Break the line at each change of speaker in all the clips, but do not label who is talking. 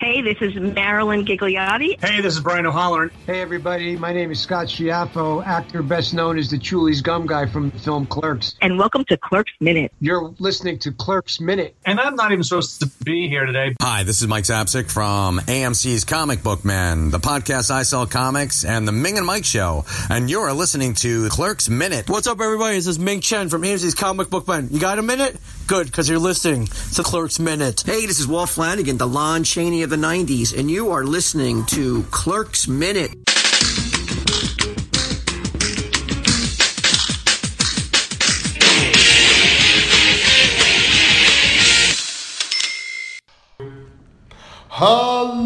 Hey, this is Marilyn Gigliotti.
Hey, this is Brian O'Halloran.
Hey, everybody. My name is Scott Schiaffo, actor best known as the Chulies Gum Guy from the film Clerks.
And welcome to Clerks Minute.
You're listening to Clerks Minute.
And I'm not even supposed to be here today.
Hi, this is Mike Zapsik from AMC's Comic Book Man, the podcast I Sell Comics, and the Ming and Mike Show. And you're listening to Clerks Minute.
What's up, everybody? This is Ming Chen from AMC's Comic Book Man. You got a minute? Good, because you're listening to Clerks Minute.
Hey, this is Walt Flanagan, the Lon Chaney of the 90s, and you are listening to Clerks Minute.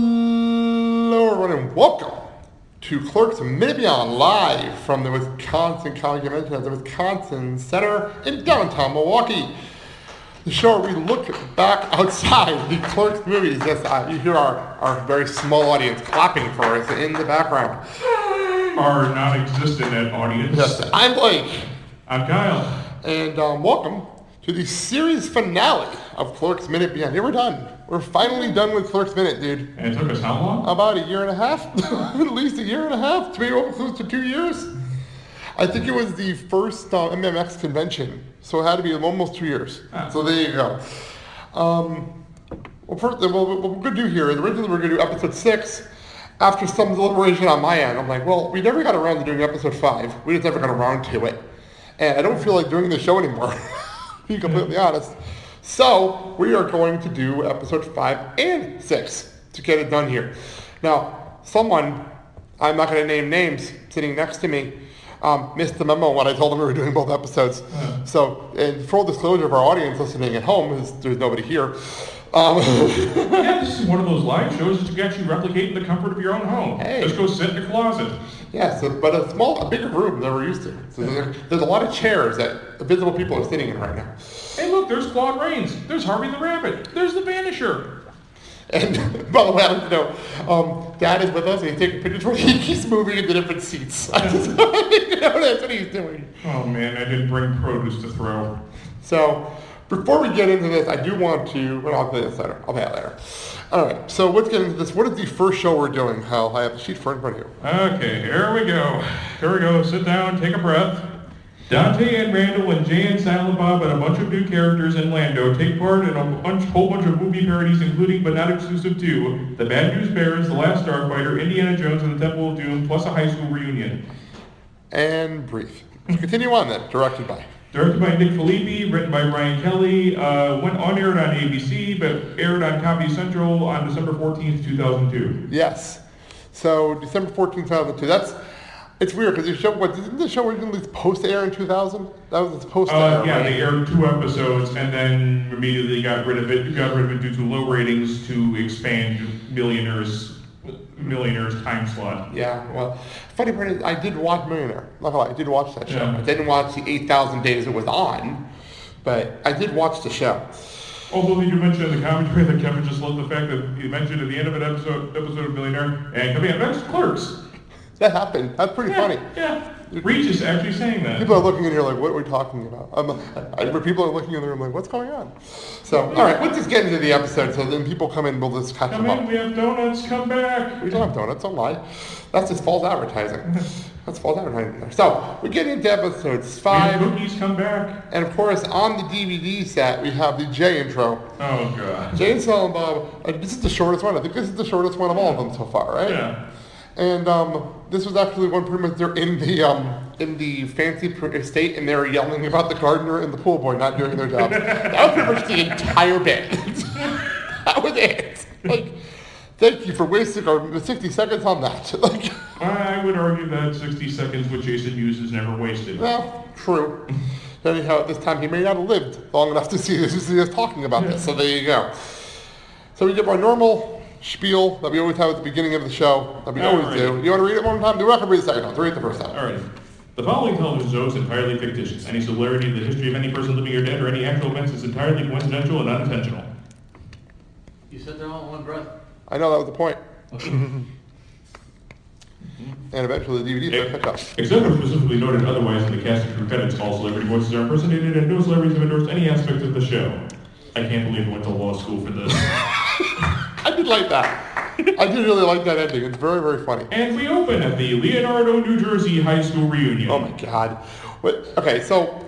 Hello, everyone, and welcome to Clerks Minute Beyond live from the Wisconsin County Convention at the Wisconsin Center in downtown Milwaukee. The show where we look back outside the Clerks movies. Yes, uh, you hear our, our very small audience clapping for us in the background.
Our non-existent audience.
Yes, I'm Blake,
I'm Kyle.
and um, welcome to the series finale of Clerks Minute Beyond. Here we're done. We're finally done with Clerks Minute, dude.
And it took us how long?
About a year and a half, at least a year and a half, to be close to two years. I think it was the first uh, MMX convention, so it had to be almost two years. So there you go. Um, well, first, well, what we're going to do here is originally we are going to do episode six. After some deliberation on my end, I'm like, well, we never got around to doing episode five. We just never got around to it. And I don't feel like doing the show anymore, to be completely honest. So we are going to do episode five and six to get it done here. Now, someone, I'm not going to name names, sitting next to me, um, missed the memo when I told them we were doing both episodes. So, and full disclosure of our audience listening at home, is there's nobody here. Um,
yeah, this is one of those live shows that you can actually replicate in the comfort of your own home.
Hey.
Just go sit in a closet.
Yeah, so, but a small, a bigger room than we're used to. So there, there's a lot of chairs that visible people are sitting in right now.
Hey, look, there's Claude Rains. There's Harvey the Rabbit. There's the Vanisher.
And by the way, I don't know, um, Dad is with us and he's taking pictures where he keeps moving into different seats. I just, you know, that's what he's doing.
Oh man, I didn't bring produce to throw.
So before we get into this, I do want to, well, I'll pay this later. I'll pay that later. All right, so let's get into this. What is the first show we're doing, Hal? I have a sheet for everybody.
Okay, here we go. Here we go. Sit down, take a breath. Dante and Randall and Jay and Silent Bob and a bunch of new characters in Lando take part in a bunch, whole bunch of movie parodies, including but not exclusive to The Bad News Bears, The Last Starfighter, Indiana Jones and the Temple of Doom, plus a high school reunion.
And brief. Continue on then, directed by.
Directed by Nick Felipe, written by Ryan Kelly, uh, went on aired on ABC, but aired on Comedy Central on December 14th, 2002.
Yes. So December 14, 2002. That's it's weird because the show what didn't the show originally supposed to air in 2000? That was supposed to
Uh,
air.
yeah,
right?
they aired two episodes and then immediately got rid of it. Got rid of it due to low ratings to expand millionaires millionaires time slot.
Yeah, well, funny part is I did watch Millionaire. Not gonna lie, I did watch that show.
Yeah.
I didn't watch the 8,000 days it was on, but I did watch the show.
Although you mentioned in the commentary that Kevin just loved the fact that he mentioned at the end of an episode episode of Millionaire and coming up next, Clerks.
That happened. That's pretty funny.
Yeah. Regis actually saying that.
People are looking in here like, what are we talking about? I'm, I, I- people are looking in the room like, what's going on? So, all right, let's just get into the episode so then people come in, we'll just catch
Come
them up.
in, we have donuts, come back.
We don't have donuts, don't lie. That's just false advertising. That's false advertising. there. So, we get into episodes
We
five,
have cookies, come back.
and of course, on the DVD set, we have the J intro.
Oh god.
Jay and Silent Bob, uh, this is the shortest one. I think this is the shortest one of all of them so far, right?
Yeah.
And um, this was actually one pretty much they're in the um, in the fancy pr- estate and they're yelling about the gardener and the pool boy not doing their job. that was pretty much the entire bit. that was it. Like, thank you for wasting our 60 seconds on that. Like,
I would argue that 60 seconds with Jason Hughes is never wasted.
well, true. Anyhow, at this time he may not have lived long enough to see this. to see us talking about this. So there you go. So we give our normal spiel that we always have at the beginning of the show that we
All
always
right.
do. You want to read it one time? Do not have to read it the second time. Read it the first time.
All right. The following television show is entirely fictitious. Any similarity to the history of any person living or dead or any actual events is entirely coincidental and unintentional.
You said they're all in one breath.
I know that was the point. and eventually the DVD started to pick up.
Except as specifically noted otherwise in the cast and crew credits, all celebrity voices are impersonated and no celebrities have endorsed any aspect of the show. I can't believe I went to law school for this.
I did like that. I did really like that ending. It's very, very funny.
And we open at the Leonardo, New Jersey High School reunion.
Oh my god. What, okay, so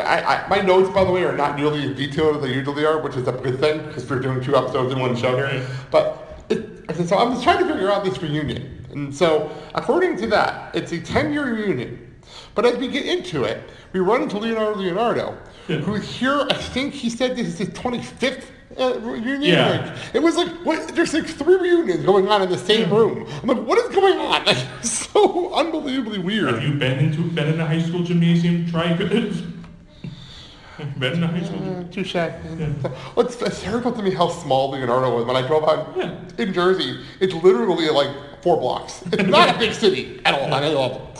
I, I, my notes, by the way, are not nearly as detailed as they usually are, which is a good thing because we're doing two episodes in one show.
Right.
But it, okay, so I'm just trying to figure out this reunion. And so, according to that, it's a 10-year reunion. But as we get into it, we run into Leonardo Leonardo, who's here. I think he said this is his 25th uh, reunion.
Yeah.
Like, it was like what? There's like three reunions going on in the same room. I'm like, what is going on? Like, it's so unbelievably weird.
Have you been into been in a high school gymnasium? Try goods. been in a high school. gym-
Touche. Well, it's, it's terrible to me how small Leonardo was. When I drove out in Jersey, it's literally like four blocks. It's not a big city at all on any level.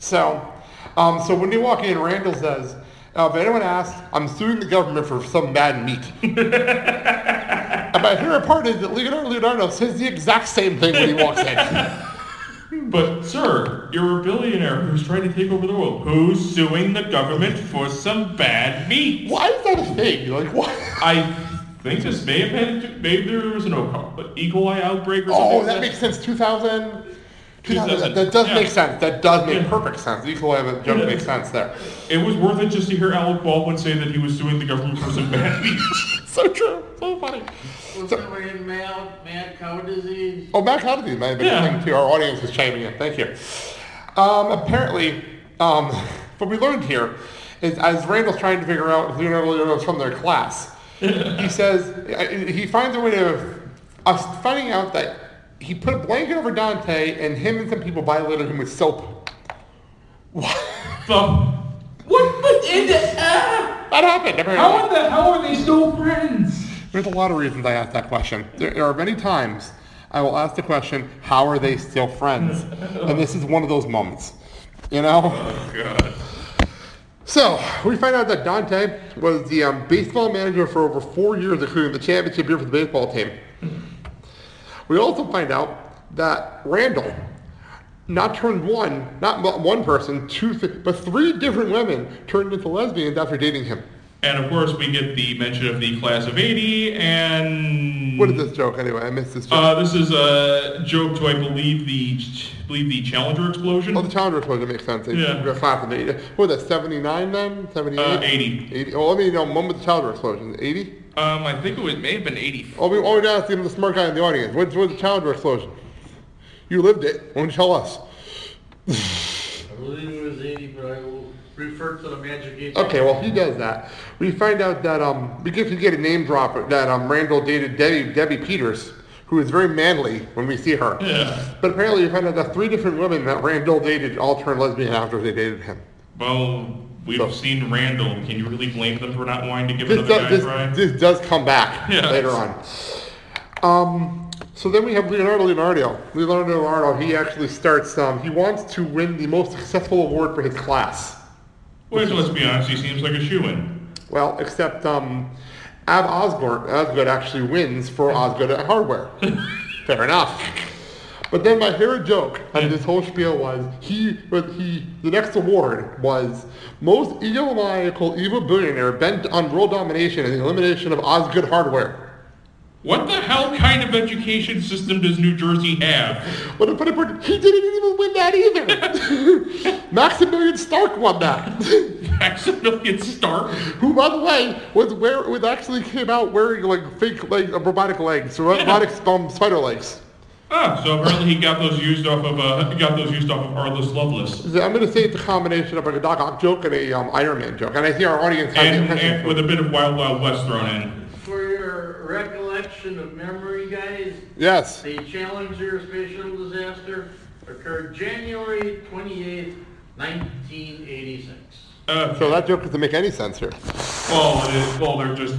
So, um, so when they walk in, Randall says, uh, if anyone asks, I'm suing the government for some bad meat. and my favorite part is that Leonardo Leonardo says the exact same thing when he walks in.
But sir, you're a billionaire who's trying to take over the world. Who's suing the government for some bad meat?
Why is that a thing? Like, what?
I think this may have had to, maybe there was an Ocala, but E. coli outbreak or something.
Oh,
like
that makes sense. 2000.
2000,
2000. That does
yeah.
make sense. That does make
Yeah.
perfect sense. Equal have a joke
Yeah.
makes sense there.
It was worth it just to hear Alec Baldwin say that he was suing the government for some bad meat.
So true. So funny.
We're
So,
covering in mad, mad cow disease.
oh, Matt Hannity might have been
Yeah.
yeah. too. Our audience is chiming in. Thank you. Um, apparently, um, what we learned here is as Randall's trying to figure out if Leonardo Leonardo's from their class, he says he finds a way to us finding out that he put a blanket over Dante and him and some people violated him with soap.
The, what the in the ah,
That happened. Apparently.
How in the hell are they still friends?
There's a lot of reasons I ask that question. There, there are many times I will ask the question, how are they still friends? And this is one of those moments, you know?
God.
So, we find out that Dante was the um, baseball manager for over four years, including the championship year for the baseball team. We also find out that Randall not turned one, not mo- one person, two, th- but three different women turned into lesbians after dating him.
And of course, we get the mention of the class of '80, and
What is this joke anyway? I missed this joke.
Uh, this is a joke to, I believe, the believe the Challenger explosion.
Oh, the Challenger was supposed to make sense. They
Yeah.
yeah. Class in the 80. What was that, 79 then? Oh, 78?
Uh, 80.
80. Well, let me know. When was the Challenger explosion? 80?
Um, I think it was, may have been '84.
Oh, we always asked him, the smart guy in the audience. When was the Challenger explosion? You lived it. Why don't you tell us?
I believe it was 80, but I will refer to the magic eight.
Okay, well, he does that. We find out that, um, we get to get a name drop that um, Randall dated Debbie, Debbie Peters, who is very manly when we see her.
Yeah.
But apparently we find out that three different women that Randall dated all turned lesbian after they dated him.
Well, we've
So-
seen Randall. Can you really blame them for not wanting to give
this
another guy
does,
a try?
this, this does come back
Yeah.
later on. Um, so then we have Leonardo Leonardo. Leonardo Leonardo, he actually starts, um, he wants to win the most successful award for his class.
Which, let's be honest, he seems like a shoe-in.
Well, except um, Ab Osgood, Osgood actually wins for Osgood at Hardware. Fair enough. But then my favorite joke on this whole spiel was he, but he, the next award was most egomaniacal evil billionaire bent on world domination and the elimination of Osgood Hardware.
What the hell kind of education system does New Jersey have?
But to put it put- he didn't even win that either. Maximilian Stark won that.
Maximilian Stark?
Who, by the way, was where was actually came out wearing like fake like uh, robotic legs, ro- robotic um, spider legs.
Ah, so apparently he got those used off of uh, he got those used off of Arliss Loveless.
So I'm gonna say it's a combination of like a Doc Ock joke and a um, Iron Man joke, and I see our audience has the
And,
impression.
and with a bit of Wild Wild West thrown in.
For your recollection of memory, guys,
yes,
the Challenger spatial disaster occurred January 28th, 1986.
Uh,
so that joke doesn't make any sense here.
well, it is, well, they're just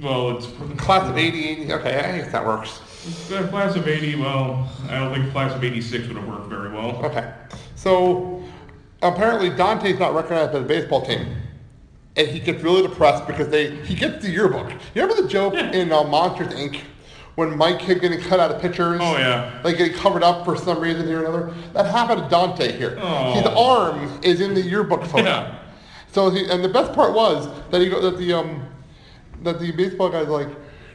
well, it's
Class of '80, okay, I guess that works.
The class of 80, well, I don't think class of 86 would have worked very well.
Okay. So apparently Dante's not recognized by the baseball team. And he gets really depressed because they he gets the yearbook. You remember the joke in uh, Monsters Inc. when Mike kept getting cut out of pictures?
Oh, yeah.
Like getting covered up for some reason here or another. That happened to Dante here.
Oh.
His arm is in the yearbook photo.
Yeah.
So he, and the best part was that he go- that the um that the baseball guy's like,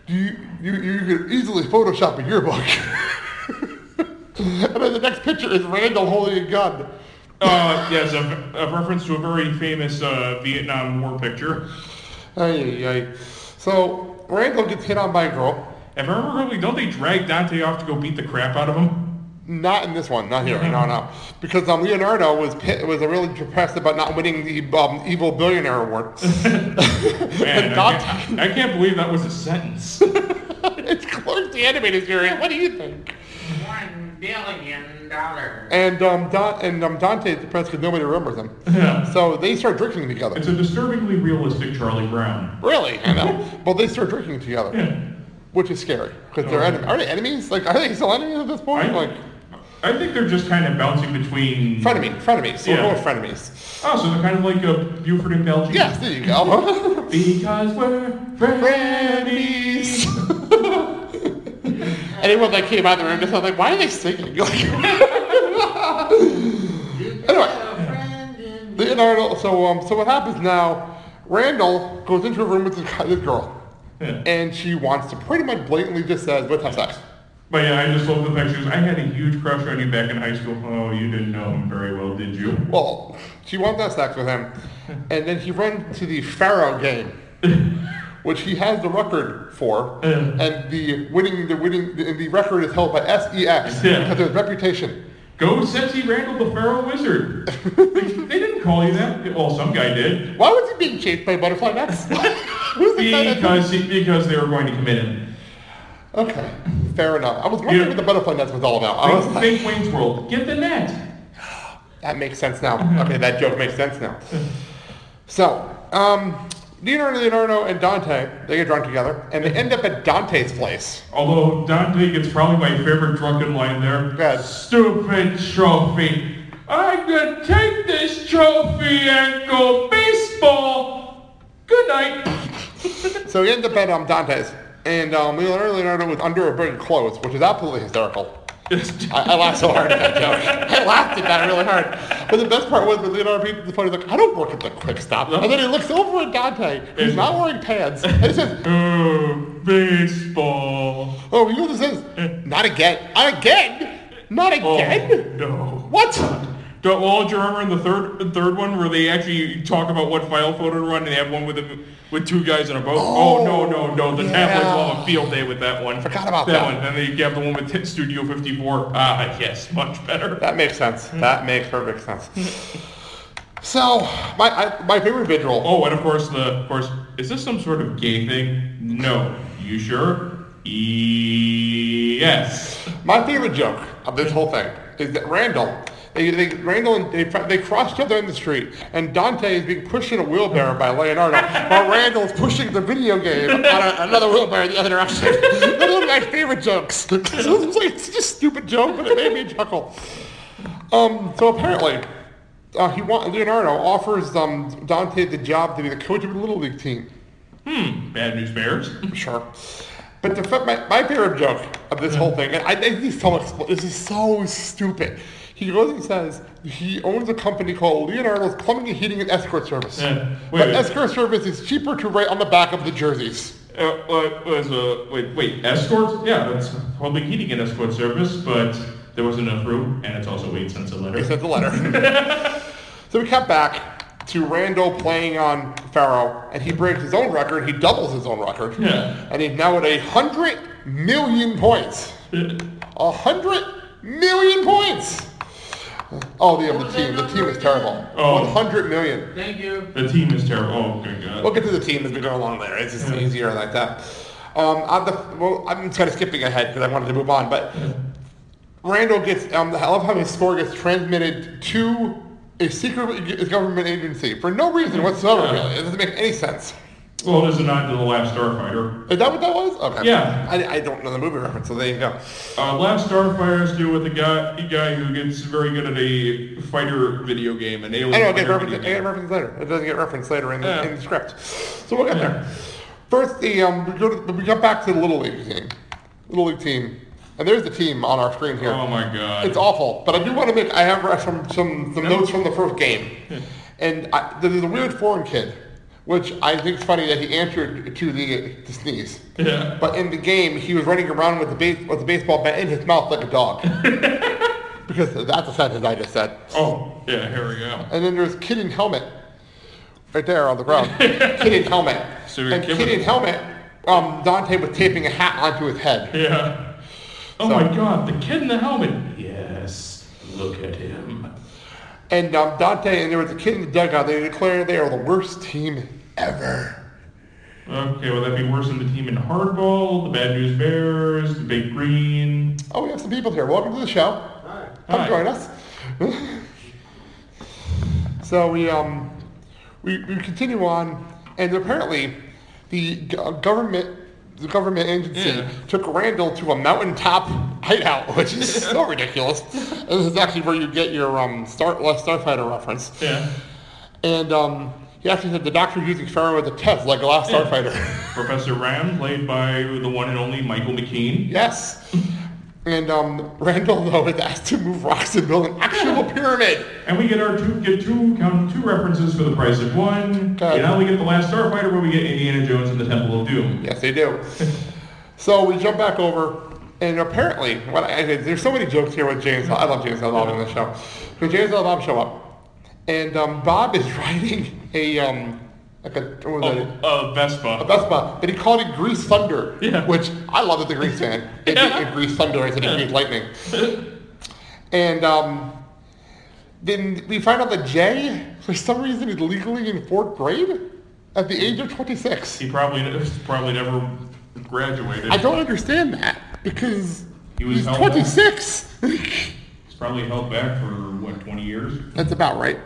you you, you could easily Photoshop a yearbook. and then the next picture is Randall holding a gun.
Uh, yes, a, a reference to a very famous uh, Vietnam War picture.
Ay, ay, ay. So Randall gets hit on by a girl.
If I remember correctly, don't they drag Dante off to go beat the crap out of him?
Not in this one, not here, no, no. Because um, Leonardo was pit, was really depressed about not winning the um, Evil Billionaire Award.
Man,
and
I
Dante,
can't, I can't believe that was a sentence.
it's Clerks the Animated Series. What do you think?
One billion dollars.
And um, Don, and um, Dante's depressed because nobody remembers him.
Yeah.
So they start drinking together.
It's a disturbingly realistic Charlie Brown.
really, I know. well, they start drinking together,
Yeah.
which is scary because they're enem- are they enemies? Like, are they still enemies at this point?
I,
like,
I think they're just kind of bouncing between.
frenemy, frenemies. We're
Yeah.
going with frenemies.
Oh, so they're kind of like a Buford and Belgian.
Yes, there you go.
Because we're
frenemies. Anyone that came out of the room just was like, why are they singing? anyway.
A friend in
Leonardo. So um, so what happens now? Randall goes into a room with this, guy- this girl,
Yeah.
and she wants to pretty much blatantly just says, "Let's have sex."
But yeah, I just love the fact she was, I had a huge crush on you back in high school. Oh, you didn't know him very well, did you?
Well, she wants to have sex with him, and then he runs to the Pharaoh game, which he has the record for, and the winning the winning the, the record is held by SEX
Yeah.
because of his reputation.
Go Sexy Randall the Pharaoh Wizard. they, they didn't call you that. Well, some guy did.
Why was he being chased by butterfly nets? Who's the guy that-
Because, because they were going to commit him.
Okay, fair enough. I was wondering
Yeah.
what the butterfly nets was all about. I was
Think,
like,
think Wayne's World. Get the net.
That makes sense now. Okay, that joke makes sense now. So, um, Leonardo, Leonardo, and Dante, they get drunk together, and they end up at Dante's place.
Although Dante gets probably my favorite drunken line there.
Good.
Stupid trophy. I'm gonna take this trophy and go baseball. Good night.
So he ends up at um, Dante's, and um, Leonardo, Leonardo was under a bridge of clothes, which is absolutely hysterical. I, I laughed so hard at that joke. I laughed at that really hard. But the best part was when Leonardo peeped at the phone, he's like, I don't work at the quick stop. And then he looks over at Dante, who's not wearing pants, and he says,
oh, baseball.
oh, you know what this is? Not again. Again? Not
Oh,
again?
no.
What?
Don't, well, do you remember in the third the third one where they actually talk about what file photo to run and they have one with a, with two guys in a boat? Oh, no, no, no. The
yeah.
tabloids will have a field day with that one.
Forgot about that.
one. And then you have the one with Studio 54. Ah, yes, much better.
That makes sense. That makes perfect sense. so my I, my favorite visual.
Oh, and of course the of course is this some sort of gay thing? No. You sure? E- yes.
My favorite joke of this whole thing is that Randall. They, they, Randall and they, they cross each other in the street, and Dante is being pushed in a wheelbarrow by Leonardo, while Randall is pushing the video game on a, another wheelbarrow in the other direction. Those are my favorite jokes. It's like- it's just a stupid joke, but it made me chuckle. Um, so apparently, uh, he want, Leonardo offers um, Dante the job to be the coach of the Little League team.
Bad news bears.
Sure. But the, fa- my, my favorite joke of this whole thing, and I think he's so expl- this is so stupid. He goes and says he owns a company called Leonardo's Plumbing and Heating and Escort Service.
Yeah. Wait,
But
wait.
escort service is cheaper to write on the back of the jerseys.
Uh, uh, was uh, wait wait escorts? Yeah, that's public heating and escort service, but there wasn't enough room, and it's also eight cents a
He
letter.
said the letter. so we cut back to Randall playing on Pharaoh, and he breaks his own record. He doubles his own record.
Yeah.
And he's now at a hundred million points. A hundred million points. Oh, the, the team. The team is terrible.
Oh.
100 million.
Thank you.
The team is terrible. Oh, good God.
We'll get to the team as we go along later. It's just easier like that. Um, on the, well, I'm kind of skipping ahead because I wanted to move on, but Randall gets, um, I love how his score gets transmitted to a secret government agency for no reason whatsoever, really. It doesn't make any sense.
Well, it is a nod to the Last Starfighter.
Is that what that was? Okay.
Yeah.
I, I don't know the movie reference, so there you go.
Uh, Last Starfighter is deal with a guy, a guy who gets very good at a fighter video game, an alien
I know, it gets
fighter
referenced, it
video
gets
game.
referenced later. It doesn't get referenced later in the,
Yeah.
in the script. So we'll get there. First, the, um, we, go to, we come back to the Little League team. Little League team. And there's the team on our screen here.
Oh my God.
It's awful, but I do want to make. I have some some, some notes from the first game, and I, there's a weird foreign kid which I think is funny that he answered to the to sneeze.
Yeah.
But in the game, he was running around with the base, with the baseball bat in his mouth like a dog. because that's a sentence I just said.
Oh, yeah, here we go.
And then there's Kid in Helmet, right there on the ground. Kid in Helmet.
So you're
and
giving-
Kid in Helmet, um, Dante was taping a hat onto his head.
Yeah. Oh
So-
my god, the kid in the helmet. Yes. Look at him.
And um, Dante and there was a kid in the dugout. They declared they are the worst team ever.
Okay, well that'd be worse than the team in Hardball, the Bad News Bears, the Big Green.
Oh, we have some people here. Welcome to the show. Come
Hi.
join us. so we um we, we continue on, and apparently the g- uh, government the government agency
Yeah.
took Randall to a mountaintop hideout, which is so ridiculous. And this is actually where you get your um Star Last Starfighter reference.
Yeah.
And um he actually said the doctor using Pharaoh as a test, like Last Starfighter.
Professor Ram, played by the one and only Michael McKean.
yes. And um, Randall though is asked to move rocks and build an actual pyramid.
And we get our two get two count two references for the price of one.
God.
And now we get the last Starfighter where we get Indiana Jones and the Temple of Doom.
Yes, they do. so we jump back over, and apparently, what I, I- there's so many jokes here with James. I love James L. Bob in the show. So James L. Bob show up, and um, Bob is riding a um, like a what was it?
Oh, uh, Vespa.
A Vespa, but he called it Grease Thunder,
Yeah.
which I love that the Grease fan. It, it, it Grease Thunder instead of Grease Lightning. And um, then we find out that Jay, for some reason, is legally in fourth grade at the age of 26.
He probably probably never graduated.
I don't understand that because
He was
he's
held
26.
He's probably held back for what 20 years.
that's about right.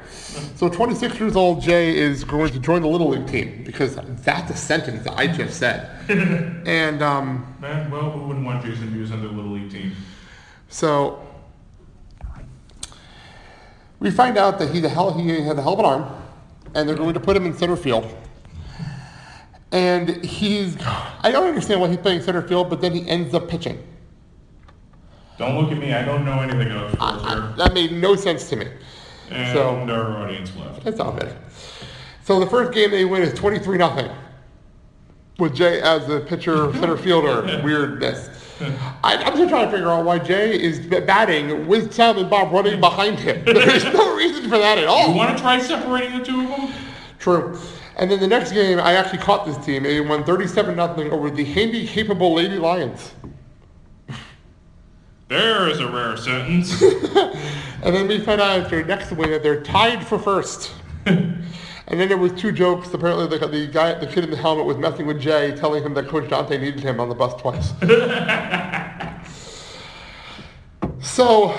So 26 years old Jay is going to join the Little League team because that's a sentence that I just said. and um,
Man, well, who wouldn't want Jason Hughes on their little league team?
so we find out that he's a hell he has a hell of an arm, and they're going to put him in center field. And he's I don't understand why he's playing center field, but then he ends up pitching.
Don't look at me. I don't know anything about
I-
sports
that made no sense to me.
here. And
so-
our audience left.
That's all good. So the first game they win is 23 nothing. With Jay as the pitcher, center fielder, weirdness. I, I'm still trying to figure out why Jay is b- batting with Sam and Bob running behind him. There's no reason for that at
You
all.
want to try separating the two of them?
True. And then the next game, I actually caught this team. They won 37 nothing over the handy capable Lady Lions.
There is a rare sentence.
And then we found out after next win that they're tied for first. and then there was two jokes. Apparently, the, the guy, the kid in the helmet, was messing with Jay, telling him that Coach Dante needed him on the bus twice. so,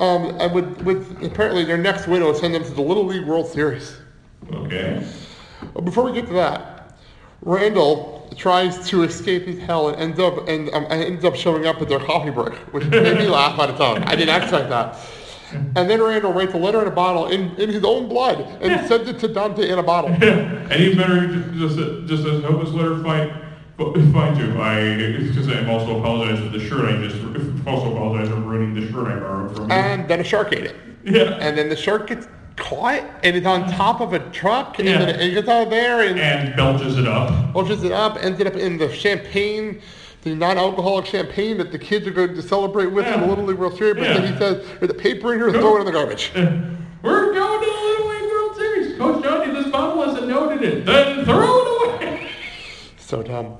um, I would, with apparently their next win will send them to the Little League World Series.
okay.
But before we get to that, Randall tries to escape his hell and ends up and um, and ends up showing up at their coffee break, which made me laugh on its own. I didn't expect that. And then Randall writes a letter in a bottle in, in his own blood and sends it to Dante in a bottle.
And he better just just as hope this letter find find you. I because I'm also apologize for the shirt I just also apologize for ruining the shirt I borrowed from you.
And then a shark ate it.
yeah.
And then the shark gets caught and it's on top of a truck and
Yeah.
then it gets out of there and
And belches it up.
pushes it up, ended up in the champagne, the non-alcoholic champagne that the kids are going to celebrate with in the
Yeah.
Little League World Series. But then
Yeah.
he says, "There's a paper in here, throw it in the garbage."
We're going to the Little League World Series. Coach Johnny, this bottle has a note in it. Then throw it away.
So dumb.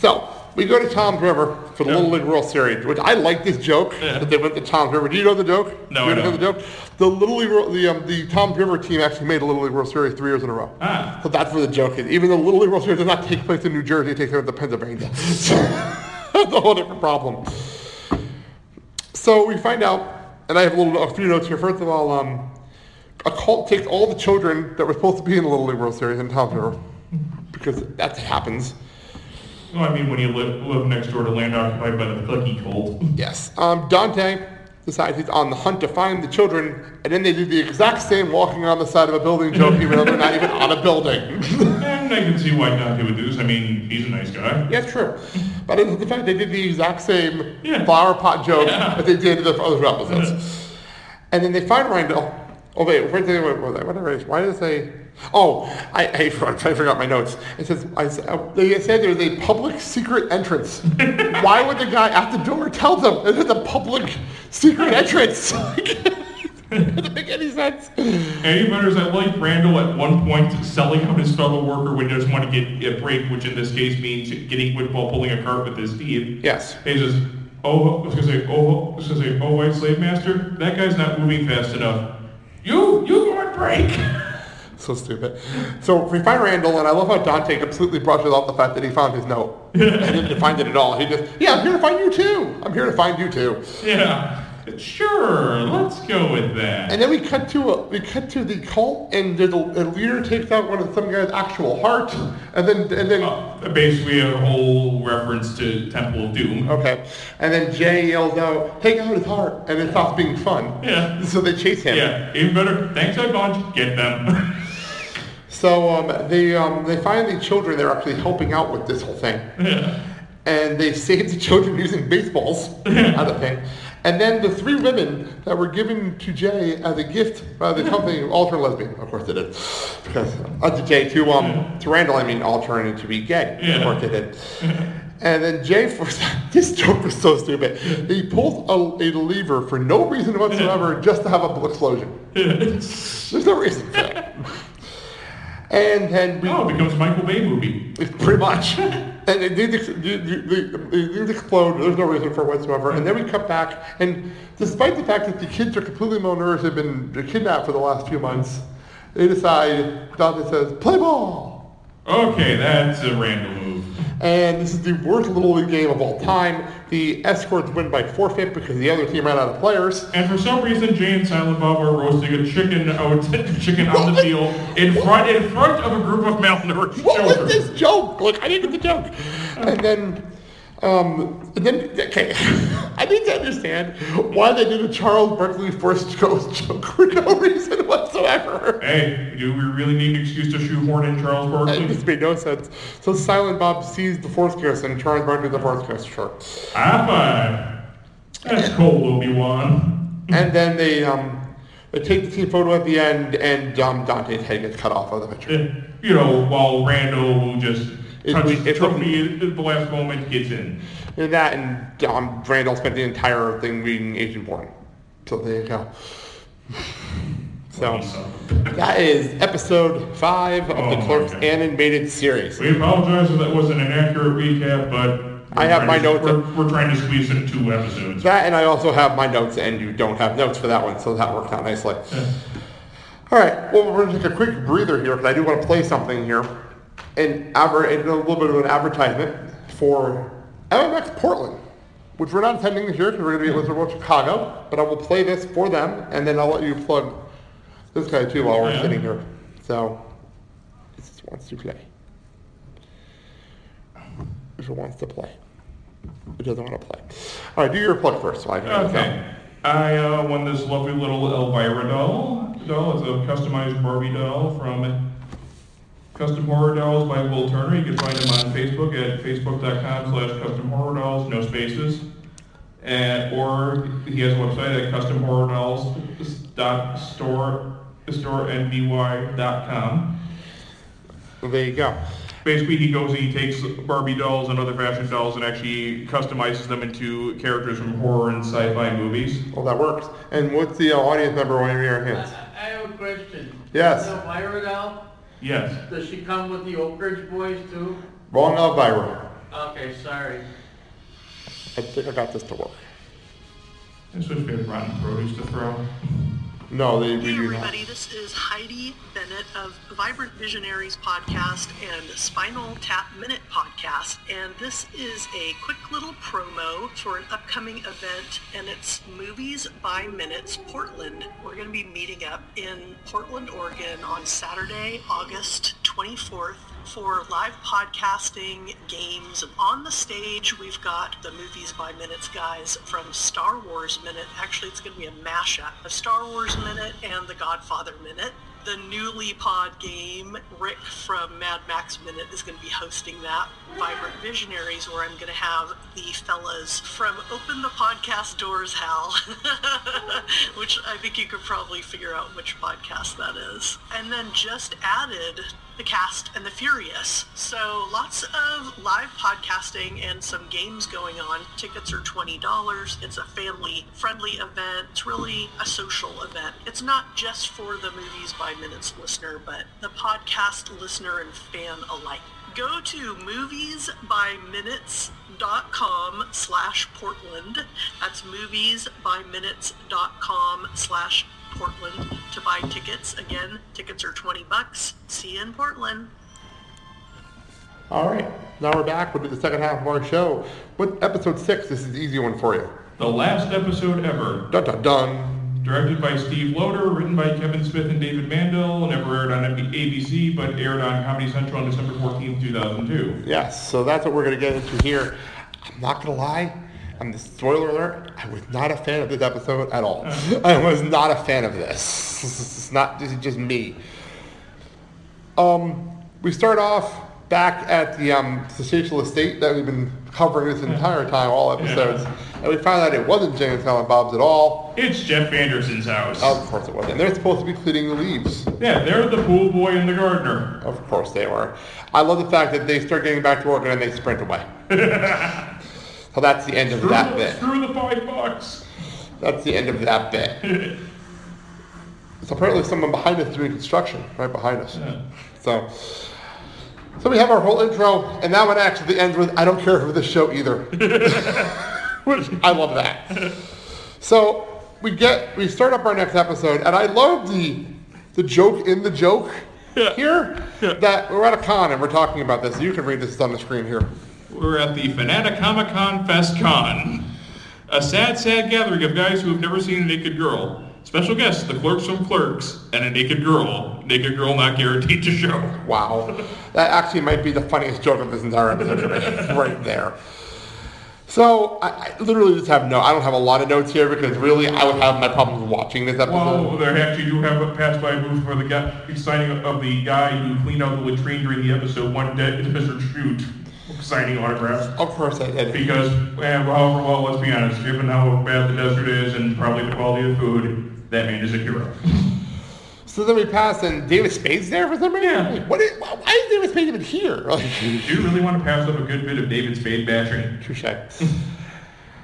So we go to Tom's River for the
Mm-hmm. Yeah.
Little League World Series, which I like this joke
Yeah.
that they went to Tom's River. Do you know the joke?
No,
you
I
know the
don't.
joke. The Little League, World- the um, the Tom's River team actually made the Little League World Series three years in a row.
Ah.
So that's where the joke is. Even though the Little League World Series does not take place in New Jersey, it takes place in Pennsylvania. that's a whole different problem. So we find out, and I have a little a few notes here. First of all, um, a cult takes all the children that were supposed to be in the Little League World Series in Tom's River because that happens.
Well, I mean, when you live, live next door to land occupied by the clicky cult.
Yes. Um, Dante decides he's on the hunt to find the children, and then they do the exact same walking around the side of a building joke, even though they're not even on a building.
and I can see why Dante would do this. I mean, he's a nice guy.
yeah, true. But in the fact they did the exact same
Yeah.
flower pot joke
Yeah.
that they did in the other episodes. and then they find Randall, Oh wait, what did I, what was I, what did I write? Why did I say? Oh, I, I, I forgot my notes. It says I, s- uh, they said there's a public secret entrance. Why would the guy at the door tell them there's a public secret entrance? doesn't make any sense.
Any matters that like Randall at one point selling out his fellow worker when he doesn't want to get a break, which in this case means getting whipped while pulling a cart with his teeth.
Yes.
He says, "Oh, I was gonna say, oh, I was gonna say, oh, white slave master, that guy's not moving fast enough. You, you go on break."
So stupid. So we find Randall, and I love how Dante completely brushes off the fact that he found his note. he didn't find it at all. He just, yeah, I'm here to find you too. I'm here to find you too.
Yeah. Sure, let's go with that.
And then we cut to a, we cut to the cult, and the, the leader takes out one of some guy's actual heart, and then and then
basically a whole reference to Temple of Doom.
Okay, and then Jay yells out, "Take out his heart!" and it stops being fun.
Yeah.
So they chase him.
Yeah, even better. Thanks a bunch. Get them.
So um, they um, they find the children. They're actually helping out with this whole thing.
Yeah.
and they saved the children using baseballs out of thing. And then the three women that were given to Jay as a gift by the company all turned lesbian. Of course they did. Because uh, to Jay to um to Randall, I mean all turned to be gay. Of course they did. And then Jay for this joke was so stupid. He pulls a, a lever for no reason whatsoever just to have a explosion. There's no reason for that. And then we
Oh, it becomes a Michael Bay movie.
Pretty much. and it did, ex- you- you- they- they did explode. There's no reason for it whatsoever. And then we cut back, and despite the fact that the kids are completely malnourished, have been kidnapped for the last few months, they decide, Dante says, play ball!
Okay, that's a Randall move.
And this is the worst Little League game of all time. The escorts win by forfeit because the other team ran out of players.
And for some reason, Jay and Silent Bob are roasting a chicken out, chicken on the field in front in front of a group of malnourished
What was
children.
this joke? Like, I didn't get the joke. And then, um, and then, okay, I need to understand why they did a Charles Berkeley forced ghost joke for no reason whatsoever.
Hey, do we really need an excuse to shoehorn in Charles
It
Barkley?
just made no sense. So Silent Bob sees the force ghost and Charles Berkeley the force ghost, sure.
High five. That's cold, Obi-Wan.
And then they, um, they take the team photo at the end and um, Dante's head gets cut off of the picture.
Eh, You know, while Randall just
It-
touches the
it's a-
trophy at the last moment, gets in.
And that and um, Randall spent the entire thing reading Agent Bourne. So there you go. So that is episode five of
Oh
the
my
Clerks
God.
animated series.
We apologize if that wasn't an accurate recap, but
I
we're
have
trying
my
to-
notes.
We're, we're trying to squeeze in two episodes.
That and I also have my notes, and you don't have notes for that one, so that worked out nicely. All right, well, we're going to take a quick breather here because I do want to play something here. And adver- and a little bit of an advertisement for MMX Portland, which we're not attending this year because we're going to be at Wizard World Chicago, but I will play this for them, and then I'll let you plug this guy too while we're
Yeah.
sitting here. So, this is wants to play. This wants to play. It doesn't want to play. All right, do your plug first. So I can
Okay. I uh, won this lovely little Elvira doll. Doll is a customized Barbie doll from Custom Horror Dolls by Will Turner. You can find him on Facebook at facebook.com slash custom horror dolls, no spaces. And, or he has a website at custom horror dolls dot store, store com.
There you go.
Basically, he goes and he takes Barbie dolls and other fashion dolls and actually customizes them into characters from horror and sci-fi movies.
Well, that works. And what's the uh, audience member waving your hands?
Uh, I have a question.
Yes.
The Elvira doll,
Yes.
does she come with the Oak Ridge Boys too?
Wrong Elvira.
Okay, sorry.
I think I got this to work.
This would be rotten produce to throw.
No, they we
Hey
do not.
everybody, this is Heidi Bennett of Vibrant Visionaries podcast and Spinal Tap Minute podcast. And this is a quick little promo for an upcoming event and it's Movies by Minutes Portland. We're going to be meeting up in Portland, Oregon on Saturday, August 24th for live podcasting, games. and On the stage, we've got the Movies by Minutes guys from Star Wars Minute. Actually, it's going to be a mashup of Star Wars Minute and The Godfather Minute. the newly pod game. Rick from Mad Max Minute is going to be hosting that Vibrant Visionaries, where I'm going to have the fellas from Open the Podcast Doors, Hal, which I think you could probably figure out which podcast that is. And then just added the cast and the furious so lots of live podcasting and some games going on tickets are $20 it's a family friendly event it's really a social event it's not just for the movies by minutes listener but the podcast listener and fan alike go to moviesbyminutes.com slash portland that's moviesbyminutes.com slash Portland to buy tickets. Again, tickets are 20 bucks. See you in Portland.
All right, now we're back. We'll do the second half of our show. What episode six? This is the easy one for you.
The last episode ever.
Dun dun dun.
Directed by Steve Loader, written by Kevin Smith and David Mandel, never aired on ABC, but aired on Comedy Central on December 14th, 2002.
Yes, so that's what we're gonna get into here. I'm not gonna lie. I'm the spoiler alert. I was not a fan of this episode at all. I was not a fan of this. It's not. This is just me. Um, we start off back at the um, Sensational Estate that we've been covering this entire time, all episodes, and we find out it wasn't James Allen Bob's at all.
It's Jeff Anderson's house.
Of course it wasn't. And they're supposed to be cleaning the leaves.
Yeah, they're the pool boy and the gardener.
Of course they were. I love the fact that they start getting back to work and then they sprint away. so that's the end of
Screw
that
the-
bit.
Screw the five bucks.
That's the end of that bit. so apparently someone behind us is doing construction, right behind us. So so we have our whole intro, and that one actually ends with I don't care for this show either. Which I love that. So we get we start up our next episode, and I love the the joke in the joke here. That we're at a con and we're talking about this. You can read this on the screen here.
We're at the Fanatic Comic Con Fest Con. A sad, sad gathering of guys who have never seen a naked girl. Special guests, the clerks from Clerks, and a naked girl. Naked girl not guaranteed to show.
Wow. That actually might be the funniest joke of this entire episode to me, right there. So I, I literally just have no, I don't have a lot of notes here because really I would have my problems watching this episode.
Well, there actually do have a pass by move for the guy, signing of the guy who cleaned out the latrine during the episode one day, Mr. Shoot, signing autographs.
Of course I did.
Because, eh, however, well, let's be honest, given how bad the desert is and probably the quality of food, that man is a hero.
So then we pass and David Spade's there for some reason?
Yeah.
Like, What is, why is David Spade even here? Like,
Do you really want to pass up a good bit of David Spade bashing?
touche.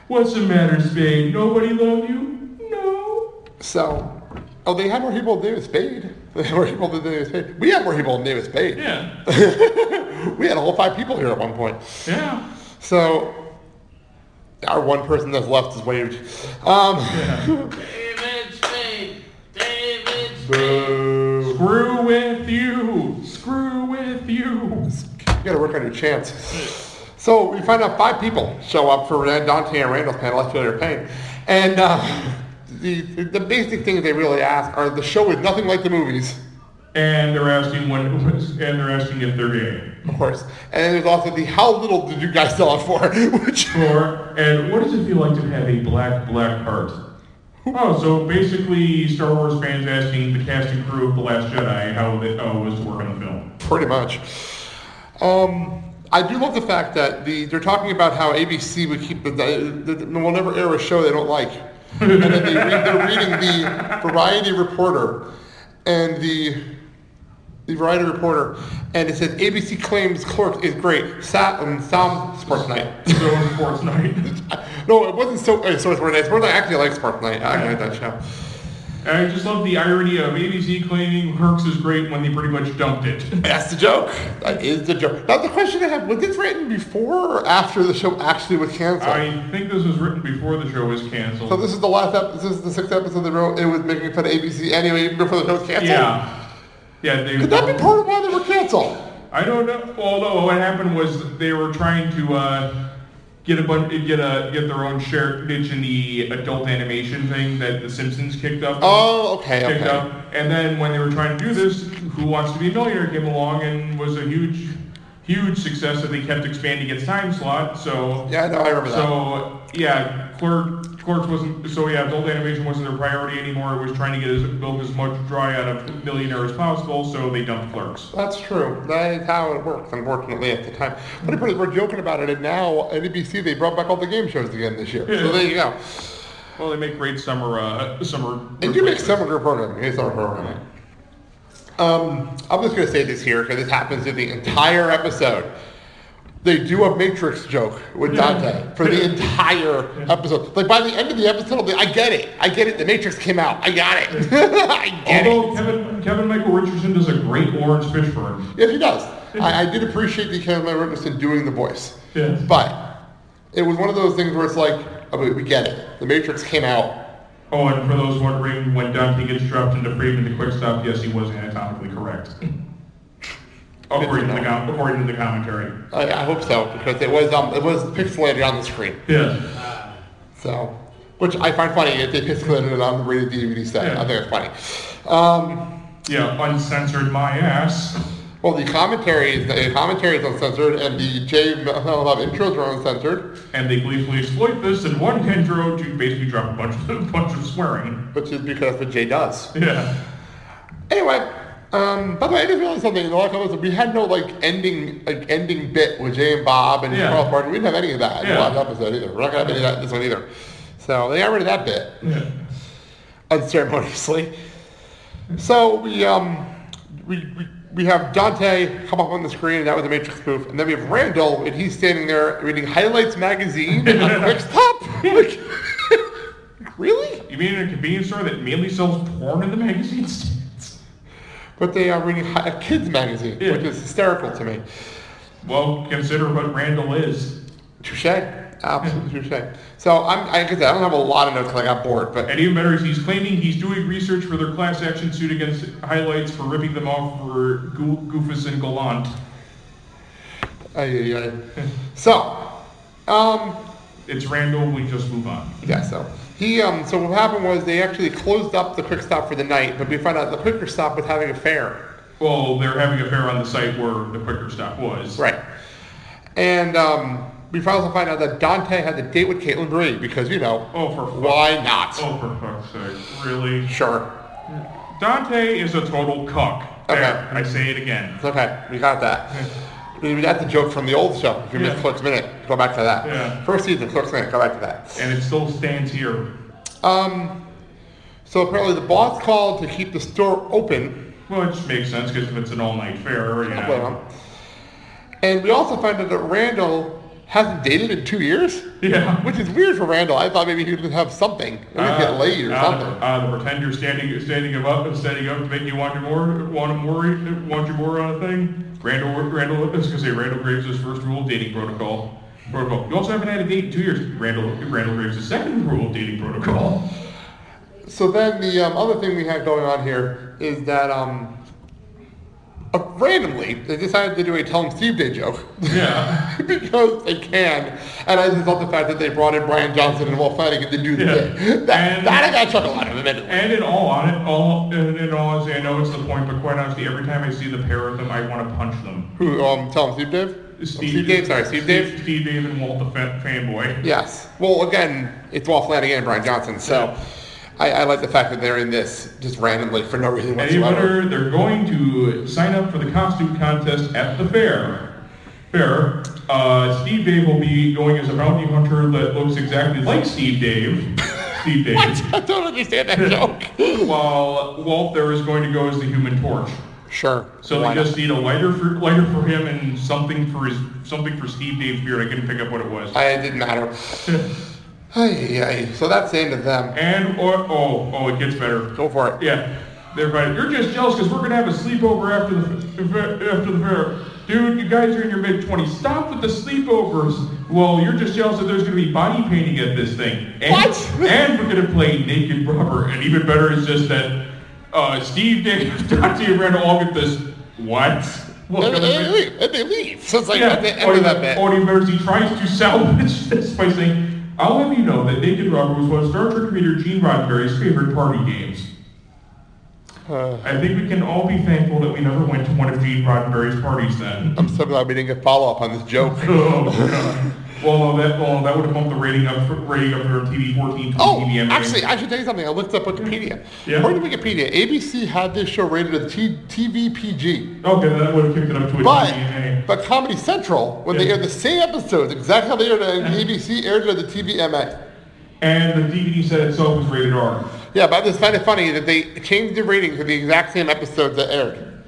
What's the matter, Spade? Nobody loved you? No.
So, oh, they had more people than David Spade. They had more people than David Spade. We had more people than David Spade.
Yeah.
We had a whole five people here at one point.
Yeah.
So, our one person that's left is waved. Um,
David Spade. David Spade.
Boo.
Screw with you. Screw with you.
You gotta work on your chance. So we find out five people show up for Ran- Dante and Randall's panel. I feel your pain. And uh, the the basic things they really ask are the show is nothing like the movies,
And they're asking when, and they're asking if they're gay.
of course. And then there's also the how little did you guys sell it for? Which
Or, and what does it feel like to have a black, black heart? Oh, so basically Star Wars fans asking the cast and crew of The Last Jedi how they, oh, it was to work on the film.
pretty much. Um, I do love the fact that the they're talking about how ABC would keep the, the, the will never air a show they don't like, and then they read, they're reading the Variety Reporter, and the the Variety Reporter, and it says ABC claims Clerks is great. Sat um, Sam Sports Night.
So it was Sports Night.
No, it wasn't so. Uh, Sports Night. Sports Night. I actually like Sports Night. I actually like that show.
And I just love the irony of ABC claiming Herx is great when they pretty much dumped it.
That's the joke. That is the joke. Now the question I have: Was this written before or after the show actually was canceled?
I think this was written before the show was canceled.
So this is the last episode. This is the sixth episode they wrote. It was making fun of ABC anyway, even before the show was canceled.
yeah. Yeah, they
Could that be part of why they were canceled?
I don't know. Well, no. What happened was they were trying to uh, get a bun- get a get their own share niche in the adult animation thing that The Simpsons kicked up.
Oh, okay,
kicked
okay.
up. And then when they were trying to do this, Who Wants to Be a Millionaire came along and was a huge, huge success that they kept expanding its time slot. So
Yeah, I know. I remember that.
so yeah, Clerk, Clerks wasn't, so yeah, adult animation wasn't their priority anymore. It was trying to get as, milk as much dry out of Millionaire as possible, so they dumped Clerks.
That's true. That is how it worked, unfortunately, at the time. But it- we're joking about it, and now at NBC they brought back all the game shows again this year. So there you go.
Well, they make great summer, uh, summer.
They do make summer group programming. It's our programming. Um, I'm just going to say this here because this happens in the entire episode. They do a Matrix joke with Dante for the entire episode. Like by the end of the episode, I'll be, I get it. I get it. The Matrix came out. I got it. I get it.
Although Kevin, Kevin Michael Richardson does a great orange fish for him.
Yes, he does. I, I did appreciate the Kevin Leonard Richardson doing the voice.
Yes.
But it was one of those things where it's like, I mean, we get it. The Matrix came out.
Oh, and for those wondering, when Dante gets dropped into Freeman to quick stop, yes, he was anatomically correct. according, to the com- according to the commentary.
I, I hope so because it was um, it was pixelated on the screen.
Yes.
So, which I find funny that they pixelated it on the rated DVD set. I think it's funny. Um,
yeah, uncensored my ass.
Well, the commentary is the commentary is uncensored, and the J uh, Melon Love intros are uncensored.
And they gleefully exploit this in one intro to basically drop a bunch of, a bunch of swearing.
Which is because that's what Jay does.
Yeah.
Anyway, um, by the way, I just realized something. In the last couple episodes, we had no like ending like ending bit with Jay and Bob and
Yeah.
Charles Barton. We didn't have any of that in the
Yeah.
last episode either. We're not gonna have any of that in this one either. So they got rid of that bit.
Yeah.
unceremoniously. So we um we, we we have Dante come up on the screen and that was a Matrix spoof, and then we have Randall and he's standing there reading Highlights magazine on Quick Stop. Like, really?
You mean in a convenience store that mainly sells porn in the magazines?
But they are reading hi- a kids magazine, which is hysterical to me.
Well, consider what Randall is.
Touche. Absolutely touche. So I'm I guess I don't have a lot of notes because I got bored, but
And even better is he's claiming he's doing research for their class action suit against highlights for ripping them off for Goo- Goofus and Gallant.
Ay, ay, ay. So, um,
it's Randall. We just move on.
Yeah, so he um so what happened was they actually closed up the quick stop for the night, but we found out the quicker stop was having a fair.
Well, they're having a fair on the site where the quicker stop was.
Right. And um we also find out that Dante had a date with Caitlin Bree because you know
Oh, for fuck-
why not?
Oh, for fuck's sake! Really?
Sure.
Dante is a total cuck. There, I say it again.
It's okay, we got that. We we got the joke from the old show. If you missed
Yeah.
Clerks Minute, go back to that.
Yeah.
First season, Clerks Minute, go back to that.
And it still stands here.
Um, so apparently the boss called to keep the store open.
Which makes sense because if it's an all-night fair, you know.
And we also found out that Randall hasn't dated in two years.
Yeah.
Which is weird for Randall. I thought maybe he would have something. He would get laid or
uh,
something.
Uh, the pretender standing standing him up and standing up to make you want you more, want him more, want you more on a thing. Randall, Randall, I was gonna say Randall Graves' first rule of dating protocol. Protocol. You also haven't had a date in two years. Randall, Randall Graves' second rule of dating protocol.
So then the um, other thing we had going on here is that um, uh, randomly they decided to do a Tell 'em Steve Day joke.
Yeah.
because they can. And I just love the fact that they brought in Brian Johnson and Will Flanagan to do the bit. That, that I got a chuckle out of admittedly.
And in all on it, all in, in all honesty, I know it's the point, but quite honestly, every time I see the pair of them, I want to punch them.
Who, um, Tell 'em Steve Dave? Um, Steve, Dave, sorry, Steve, Dave?
Steve Dave and Walt the fa- fanboy.
Yes. Well, again, it's Walt Flanagan and Brian Johnson, so I, I like the fact that they're in this just randomly for no reason
Eddie Vedder,
whatsoever.
they're going to sign up for the costume contest at the fair. Fair. Uh, Steve Dave will be going as a bounty hunter that looks exactly like Steve Dave. Steve Dave.
I don't understand that joke.
While Walt there is going to go as the Human Torch.
Sure.
So
Why
they
not?
just need a lighter for lighter for him and something for his something for Steve Dave's beard. I couldn't pick up what it was.
I it didn't matter. Ay, ay, ay. So that's the end of them.
And or oh oh, it gets better.
Go for it.
Yeah, they're fighting. You're just jealous because we're gonna have a sleepover after the after the fair, dude. You guys are in your mid twenties. Stop with the sleepovers. Well, you're just jealous that there's gonna be body painting at this thing. And, what? And we're gonna play naked rubber. And even better is just that uh, Steve, Dave, Dante, and Randall all get this. What? What?
And, and, leave, and they leave. So it's like that's the end
or
of
he-
that bit.
Or he remembers he tries to salvage this by saying, I'll have you know that Naked Rubber was one of Star Trek creator Gene Roddenberry's favorite party games. I think we can all be thankful that we never went to one of Gene Roddenberry's parties then.
I'm so glad we didn't get follow up on this joke.
Oh, God. Well, no, that well, that would have bumped the rating up for, rating up from TV 14 to
Oh,
TVM. rating.
actually, I should tell you something. I looked up Wikipedia.
Yeah.
According to Wikipedia, ABC had this show rated as T- TVPG.
Okay, then that would have kicked it up to a
But,
TVMA.
but Comedy Central, when they
Yeah.
aired the same episodes, exactly how they aired it on ABC, aired it as the TVMA.
And the DVD set itself was rated R.
Yeah, but I just find it funny that they changed the rating for the exact same episodes that aired.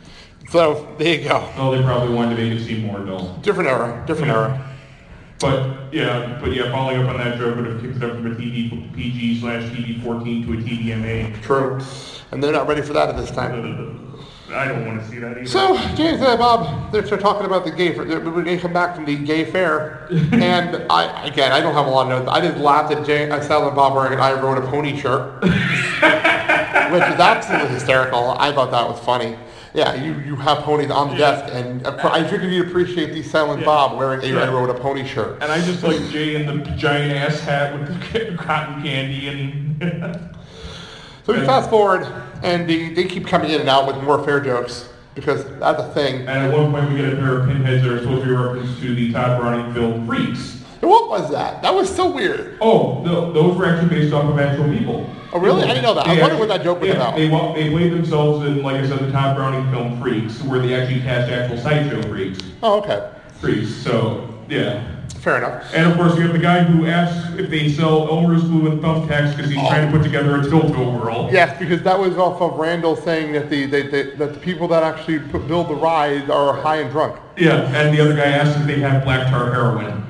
So, there you go.
Well, they probably wanted to make it seem more adult.
Different era, different era.
But yeah, but yeah, following up on that, Joe would have kicked it up from a TV PG slash TV 14 to a TVMA.
True. And they're not ready for that at this time.
I don't want to see that either.
So, James and Bob, they're they're talking about the gay fair. They're, we're going to come back from the gay fair. and I, again, I don't have a lot of notes. I just laughed at Jay, I saw that Bob wearing an I rode a pony shirt, which is absolutely hysterical. I thought that was funny. Yeah, you, you have ponies on the desk, and of cour- I figured you'd appreciate the silent Bob wearing a I
Yeah.
rode a pony shirt.
and I just like Jay in the giant ass hat with the cotton candy and
So we fast forward, and the, they keep coming in and out with more fair jokes because that's a thing.
and at one point we get a pair of pinheads that are supposed to be a reference to the Todd Browning film Freaks.
And What was that? That was so weird.
Oh, no, those were actually based off of actual people.
Oh, really? I didn't know that. I
They
wondered
actually-
what that joke was
yeah,
about.
They, wa- they played themselves in, like I said, the Todd Browning film Freaks, where they actually cast actual sideshow freaks.
Oh, okay.
Freaks. So, yeah.
Fair enough.
And of course, we have the guy who asks if they sell Elmer's glue and thumbtacks because he's trying to put together a Tilto world.
Yes, because that was off of Randall saying that the they, they, that the people that actually put, build the rides are high and drunk.
Yeah, and the other guy asks if they have black tar heroin.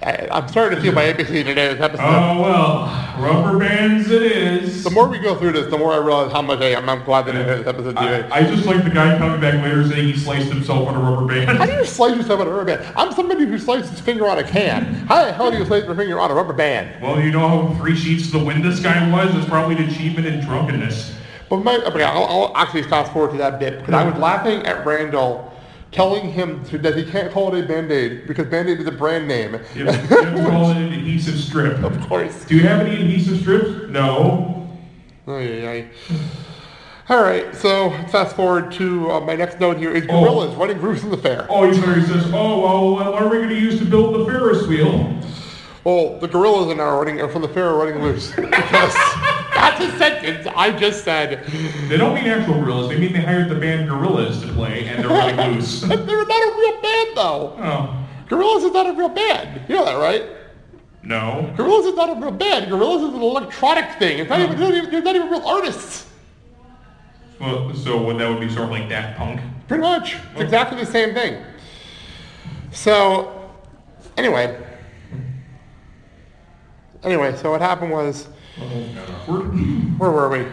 I, I'm starting to feel my empathy today. This episode.
Oh well, rubber bands it is.
the more we go through this, the more I realize how much I am. I'm glad that I did this episode today.
I, I just like the guy coming back later saying he sliced himself on a rubber
How
band.
do you slice yourself on a rubber band? I'm somebody who slices his finger on a can. How the hell do you slice your finger on a rubber band?
well, you know how three sheets to the wind this guy was? It's probably an achievement in drunkenness.
But my, okay, I'll, I'll actually fast forward to that bit because I was laughing at Randall telling him to, that he can't call it a Band-Aid because Band-Aid is a brand name.
You have, you have to call it an adhesive strip.
Of course.
Do you have any adhesive strips? No.
Ay, ay, ay. All right, so fast forward to uh, my next note here is gorillas running groups in the fair.
Oh, you better he says, oh, well, what are we going to use to build the Ferris wheel?
Well, the gorillas are now running are from the fair are running loose. because that's a sentence I just said.
They don't mean actual gorillas. They mean they hired the band Gorillas to play, and they're running loose.
They're not a real band though.
Oh,
Gorillas is not a real band. You know that, right?
no.
Gorillas is not a real band. Gorillas is an electronic thing. It's not even they're not even, they're not even real artists.
Well, so what, that would be sort of like Daft Punk.
Pretty much, it's exactly the same thing. So, anyway, anyway, so what happened was. Where were we?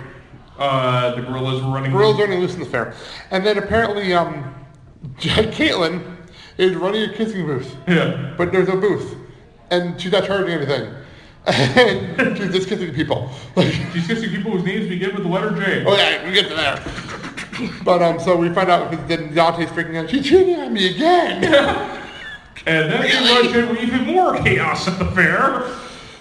Uh, the gorillas were running.
Girls running loose in the fair. And then apparently, um, Caitlin is running a kissing booth,
Yeah.
but there's no booth. And she's not charging anything. And she's just kissing people. Like,
She's kissing people whose names begin with the letter J.
oh yeah, we get to there. But um, so we find out because then Dante's freaking out, she cheated on me again.
And then we rush into even more chaos at the fair.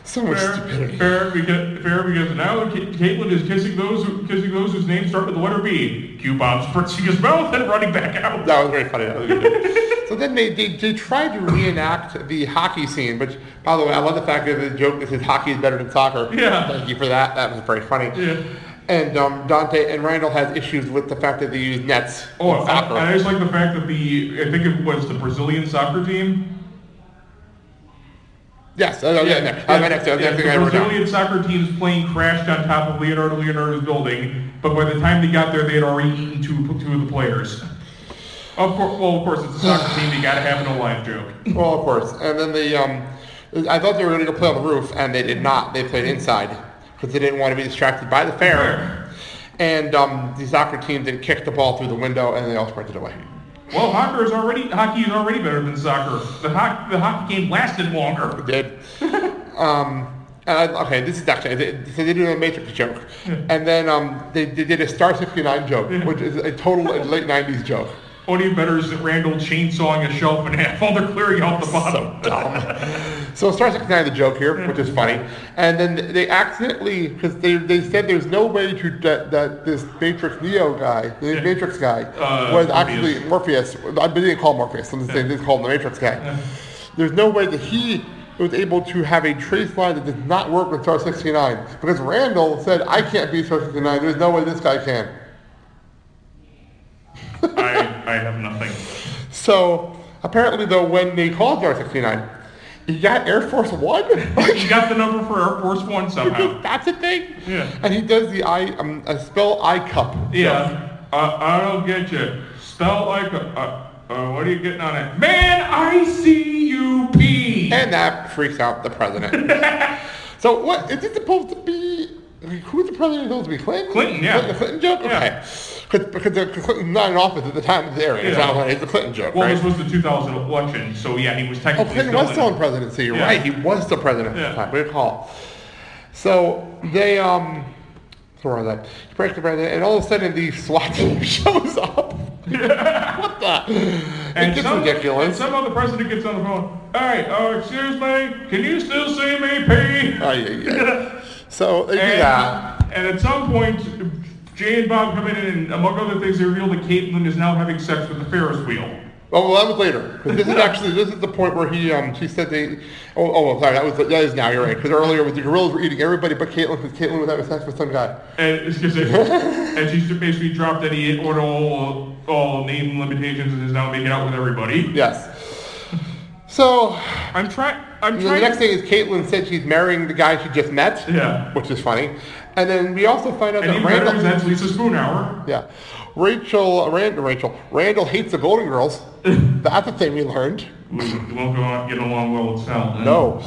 so much
Fair,
stupidity.
fair, because, fair because now Ca- Caitlin is kissing those who- kissing those whose names start with the letter B. Q Bob's spritzing his mouth and running back out.
That was very funny. That was a good joke. so then they, they, they tried to reenact the hockey scene, which, by the way, I love the fact that the joke that says hockey is better than soccer.
Yeah.
Thank you for that. That was very funny.
Yeah.
And um, Dante and Randall has issues with the fact that they use nets
Oh,
in
and I,
soccer.
and I just like the fact that the I think it was the Brazilian soccer team.
yes. Oh, yeah. yeah. no. Uh, my next, uh,
yeah,
next
the
thing I wrote down.
Brazilian soccer team's plane crashed on top of Leonardo Leonardo's building, but by the time they got there, they had already eaten two two of the players. Of course, well, of course, it's a soccer team. You gotta have an alive joke.
Well, of course. And then the um, I thought they were going to go play on the roof, and they did not. They played inside because they didn't want to be distracted by the fair. And um, the soccer team then kicked the ball through the window, and they all sprinted away.
Well, hockey is already hockey is already better than soccer. The hockey the hockey game lasted longer.
did. um, and I, okay, this is actually they, so they did a Matrix joke, and then um, they, they did a Star 69 joke, which is a total late 90s joke.
Only better is that Randall chainsawing a shelf in half while they're clearing out the bottom.
So Star 69 the joke here, which is funny, and then they accidentally because they, they said there's no way to that, that this Matrix Neo guy, the Matrix guy,
Uh,
was
Morpheus.
actually Morpheus. I they didn't call him Morpheus. I'm just saying they called him the Matrix guy. There's no way that he was able to have a trace line that does not work with Star 69 because Randall said, I can't be Star 69. There's no way this guy can.
I, I have nothing.
So apparently, though, when they called Star 69, he got Air Force One?
he got the number for Air Force One somehow.
That's a thing?
Yeah.
And he does the I, um, a spell I cup.
Yeah. Uh, I, I don't get you. Spell like a. Uh, uh, what are you getting on it? Man, I see you pee.
And that freaks out the president. so what is it supposed to be? Who's the president supposed to be? Clinton?
Clinton, yeah.
Is that The Clinton joke?
Yeah.
Okay. Because, because Clinton's not in office at the time of the airing. It's,
Yeah.
not like- it's a Clinton joke,
Well,
right?
this was the 2000 election, so yeah, he was
Oh,
technically
Clinton
still
was
in
still in
it.
presidency. You're
Yeah.
right. He was still president at the
Yeah.
time. Good call. So they um, sorry about that. He breaks the president, and all of a sudden the SWAT team shows up. what the?
And
it gets
some, and
ridiculous.
some other president gets on the phone. Hey, uh, excuse me, can you still see me pee?
Ay, ay, ay. so uh, they do
And,
that.
and at some point, Jay and Bob come in and, among other things, they reveal that Caitlin is now having sex with the Ferris wheel.
Oh well, that was later. 'Cause This is actually this is the point where he um she said they oh oh well, sorry that was that is now you're right because earlier with the gorillas were eating everybody but Caitlin because Caitlin was having sex with some guy.
And, excuse me, and she basically dropped that he ignored all, all name limitations and is now making out with everybody.
Yes. So
I'm trying. I'm
And then the
trying.
next thing is Caitlin said she's marrying the guy she just met.
Yeah.
Which is funny. And then we also find out
and
that
he
Randall.
represents Lisa Spoonhour.
yeah. Rachel, Rand, Rachel, Randall hates the Golden Girls. That's a thing we learned.
We won't go on, get along well with Sal. then.
No.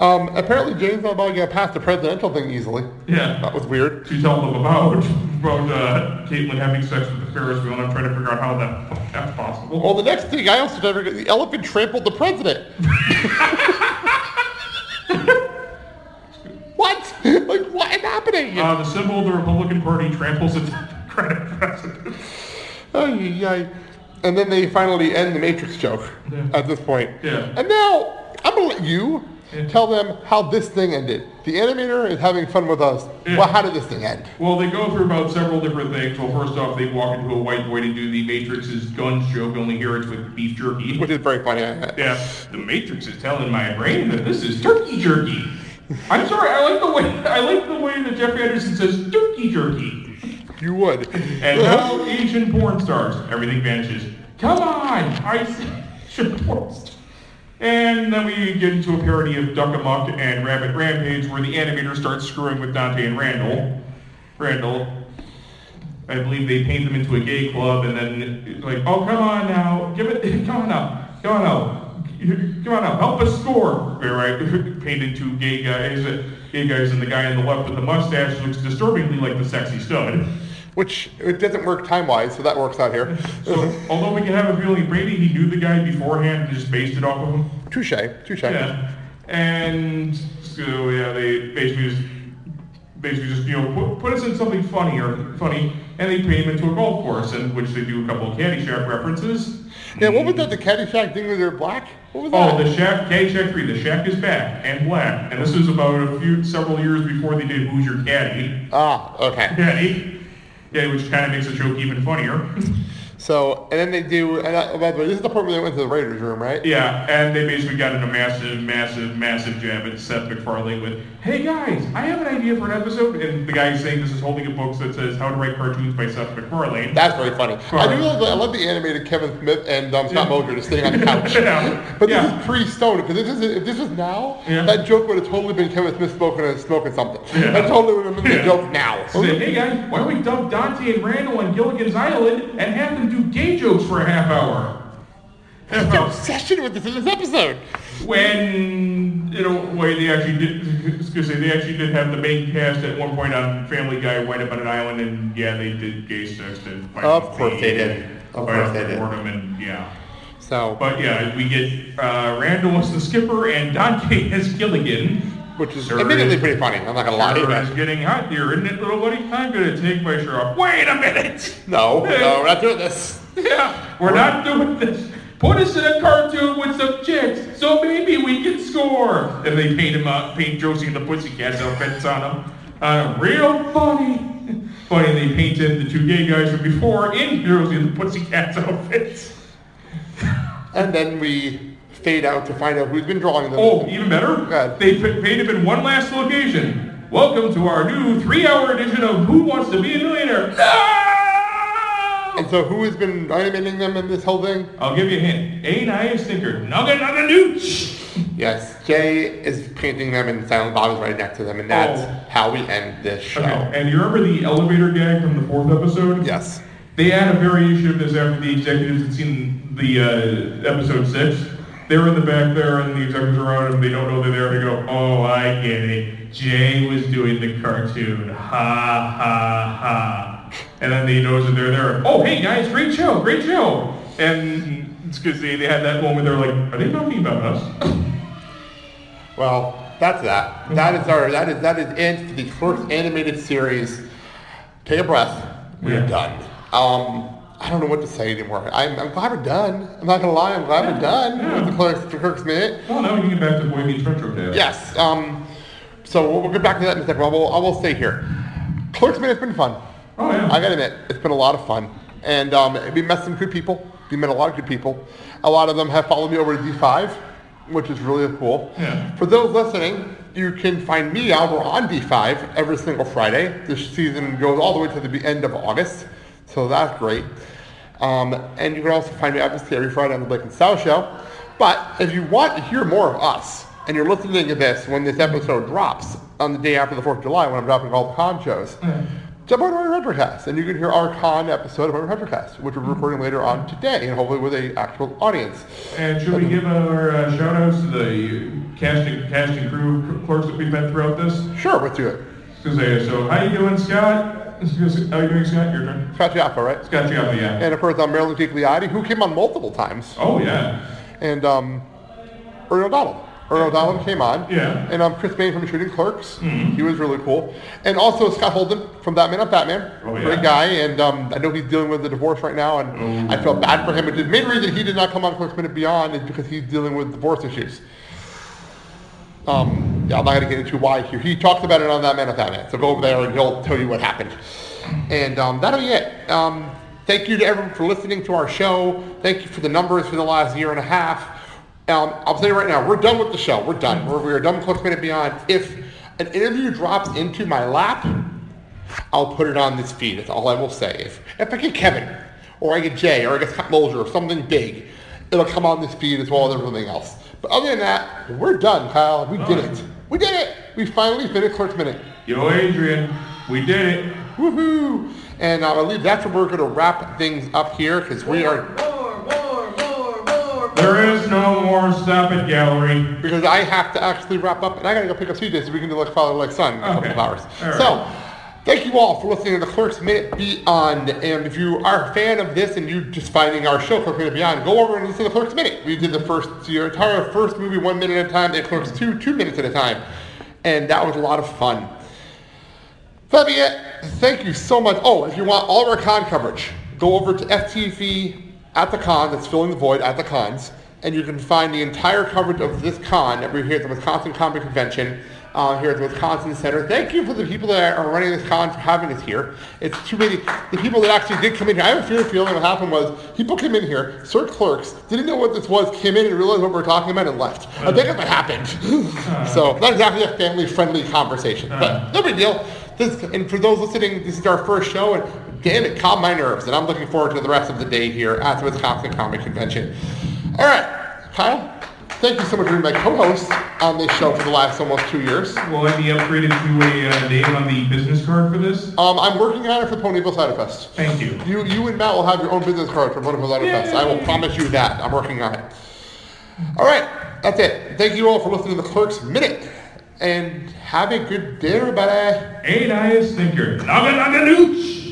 Um, apparently James not about to get past the presidential thing easily.
Yeah.
That was weird.
To tell them about about uh, Caitlin having sex with the Ferris wheel, and I'm trying to figure out how that that's possible.
Well, the next thing I also never the elephant trampled the president. what? Like, what is happening?
Uh, the symbol of the Republican Party tramples its Democratic president.
Ay, ay, ay. And then they finally end the Matrix joke
Yeah.
at this point.
Yeah.
And now I'm gonna let you
Yeah.
tell them how this thing ended. The animator is having fun with us.
Yeah.
Well, how did this thing end?
Well, they go through about several different things. Well, first off, they walk into a white boy to do the Matrix's guns joke, only here it's with beef jerky.
Which is very funny. I- I-
Yeah, the Matrix is telling my brain that this is turkey jerky. I'm sorry, I like the way I like the way that Jeffrey Anderson says turkey jerky.
You would.
And now Asian porn stars, everything vanishes. Come on, I see Asian porn stars. And then we get into a parody of Duck Amuck and Rabbit Rampage, where the animator starts screwing with Dante and Randall. Randall, I believe they paint them into a gay club, and then it's like, oh, come on now, give it, come on up, come on up, come on up, help us score. All right, painted two gay guys, uh, gay guys, and the guy on the left with the mustache looks disturbingly like the sexy stud.
Which it doesn't work time wise, so that works out here.
So, although we can have a feeling maybe he knew the guy beforehand and just based it off of him.
touche, touche.
Yeah. And so yeah, they basically just basically just you know put, put us in something funny or funny, and they paint him into a golf course, in which they do a couple of Caddyshack references.
Yeah, what was that? The Caddyshack thing where they're black? What was
Oh,
that?
the Shack, Caddyshack three, the Shack is back and black, and this was about a few several years before they did Who's Your Caddy?
ah, okay.
Caddy. Yeah, which kind of makes the joke even funnier.
So, and then they do, and I, by the way, this is the part where they went to the writer's room, right?
Yeah, and they basically got in a massive, massive, massive jab at Seth MacFarlane with, "Hey guys, I have an idea for an episode," and the guy's saying this is holding a book that says "How to Write Cartoons" by Seth MacFarlane.
That's very funny. I
Right.
do love the, I love the animated Kevin Smith and um, Scott
Yeah.
Moser just sitting on the couch.
yeah,
But this
yeah.
is pre-Stone because this is if this was now,
Yeah.
that joke would have totally been Kevin Smith smoking a, smoking something.
Yeah.
That totally would have been
Yeah.
the joke now.
So they, hey guys, why don't we dump Dante and Randall on Gilligan's Island and have them do gay jokes for a half hour? Half
The
hour.
obsession with this in this episode.
When you know, way they actually did, excuse me, they actually did have the main cast at one point on Family Guy wind up on an island, and yeah, they did gay sex and fight
Of
off
course
the-
they did. Of
fight
course
off
they
the
did.
boredom and yeah.
So,
But yeah, we get uh, Randall as the skipper and Dante as Gilligan.
which is
Sure
admittedly
is-
pretty funny. I'm not gonna lie.
Sure is getting hot here, isn't it, little buddy? I'm gonna take my shirt off. Wait a minute!
No, no, we're not doing this.
Yeah, we're not doing this. Put us in a cartoon with some chicks, so maybe we can score. And they paint him up, paint Josie and the Pussycats outfits on him. Uh, real funny. Funny, they painted the two gay guys from before in Josie and the Pussycats outfits.
And then we stayed out to find out who's been drawing them.
Oh, even better. They p- paid him in one last location. Welcome to our new three-hour edition of Who Wants to Be a Millionaire?
And so who has been animating them in this whole thing?
I'll give you a hint. Ain't I a stinker? Nugget Nugget Nooch!
Yes, Jay is painting them and Silent Bob is right next to them, and that's how we end this show.
Oh. Okay, and you remember the elevator gag from the fourth episode?
Yes.
They had a variation of this after the executives had seen the uh, episode six. They were in the back there, and the executives are around, and they don't know they're there, and they go, "Oh, I get it. Jay was doing the cartoon. Ha ha ha." And then they notice that they're there. Oh, hey guys, great show, great show. And it's because they, they had that moment. They're like, "Are they talking about us?"
Well, that's that. That is our that is that is it for the first animated series. Take a breath. We're
Yeah.
done. Um, I don't know what to say anymore. I'm, I'm glad we're done. I'm not gonna lie. I'm glad we're done with the Clerks, the Clerks minute.
Well, now we can get back to Boy Meets Retro Dad.
Yes. Um, so we'll, we'll get back to that in a second. I will, I will stay here. Clerks minute's been fun.
Oh yeah.
I gotta admit, it's been a lot of fun, and um, we met some good people. We met a lot of good people. A lot of them have followed me over to D5, which is really cool.
Yeah.
For those listening, you can find me out We're on D5 every single Friday. This season goes all the way to the end of August, so that's great. Um, and you can also find me obviously every Friday on the Blake and Sal Show. But if you want to hear more of us, and you're listening to this when this episode drops on the day after the 4th of July when I'm dropping all the con shows, jump over to our Retrocast and you can hear our con episode of our Retrocast, which we're recording later on today and hopefully with an actual audience.
And should we give our uh, shout outs to the cast and, cast and crew clerks that we've met throughout this?
Sure, let's do it.
so how you doing, Scott? How you doing, Scott? Your turn.
Scott Giappa, right?
Scott Giappa, yeah.
And of course, I'm Marilyn Gigliotti, who came on multiple times.
uh, Oh, yeah.
And um, Earl Donald. Earl Donald came on.
Yeah.
And um, Chris Bain from Shooting Clerks. He was really cool. And also Scott Holden from Batman Up Batman.
Oh, yeah.
Great guy. And um, I know he's dealing with the divorce right now, and
Oh.
I felt bad for him. But the main reason he did not come on Clerks Minute Beyond is because he's dealing with divorce issues. Um, yeah, I'm not going to get into why here. He talks about it on that Man of Batman. So go over there and he'll tell you what happened. And um, that'll be it. Um, thank you to everyone for listening to our show. Thank you for the numbers for the last year and a half. Um, I'll tell you right now, we're done with the show. We're done. We're, we're done with Close Minute Beyond. If an interview drops into my lap, I'll put it on this feed. That's all I will say. If, if I get Kevin, or I get Jay, or I get Scott Mulger, or something big, it'll come on this feed as well as everything else. But other than that, we're done, Kyle. We did it. We did it. We finally finished Clerks Minute.
Yo, Adrian, we did it.
Woohoo! And uh, I believe that's where we're going to wrap things up here because we are
There is no more Stop It Gallery.
because I have to actually wrap up, and I gotta go pick up CJ so we can do like father like son in a couple
Okay.
of hours.
All right.
So, thank you all for listening to the Clerks Minute Beyond. And if you are a fan of this and you just finding our show Clerks Minute Beyond, go over and listen to Clerks Minute. We did the first your entire first movie one minute at a time, then Clerks two two minutes at a time, and that was a lot of fun. That'd be it. uh, Thank you so much. Oh, if you want all of our con coverage, go over to FTV at the con. That's filling the void at the cons, and you can find the entire coverage of this con that we're here at the Wisconsin Comic Convention. Uh, here at the Wisconsin Center. Thank you for the people that are running this con for having us here. It's too many. The people that actually did come in here. I have a fear feeling what happened was people came in here, searched clerks, didn't know what this was, came in and realized what we were talking about and left. I think that's what happened. so not exactly a family-friendly conversation, but no big deal. This, and for those listening, this is our first show, and damn it, calmed my nerves, and I'm looking forward to the rest of the day here at the Wisconsin Comic Convention. All right, Kyle, thank you so much for being my co-host on this show for the last almost two years.
Will I be upgraded to a uh, name on the business card for this?
Um, I'm working on it for Ponyville Cider Fest.
Thank you.
You, you and Matt will have your own business card for Ponyville Cider Fest. I will promise you that. I'm working on it. All right, that's it. Thank you all for listening to the Clerks Minute, and have a good day, everybody.
Ain't I a stinker? Nugget Nugget Nooch!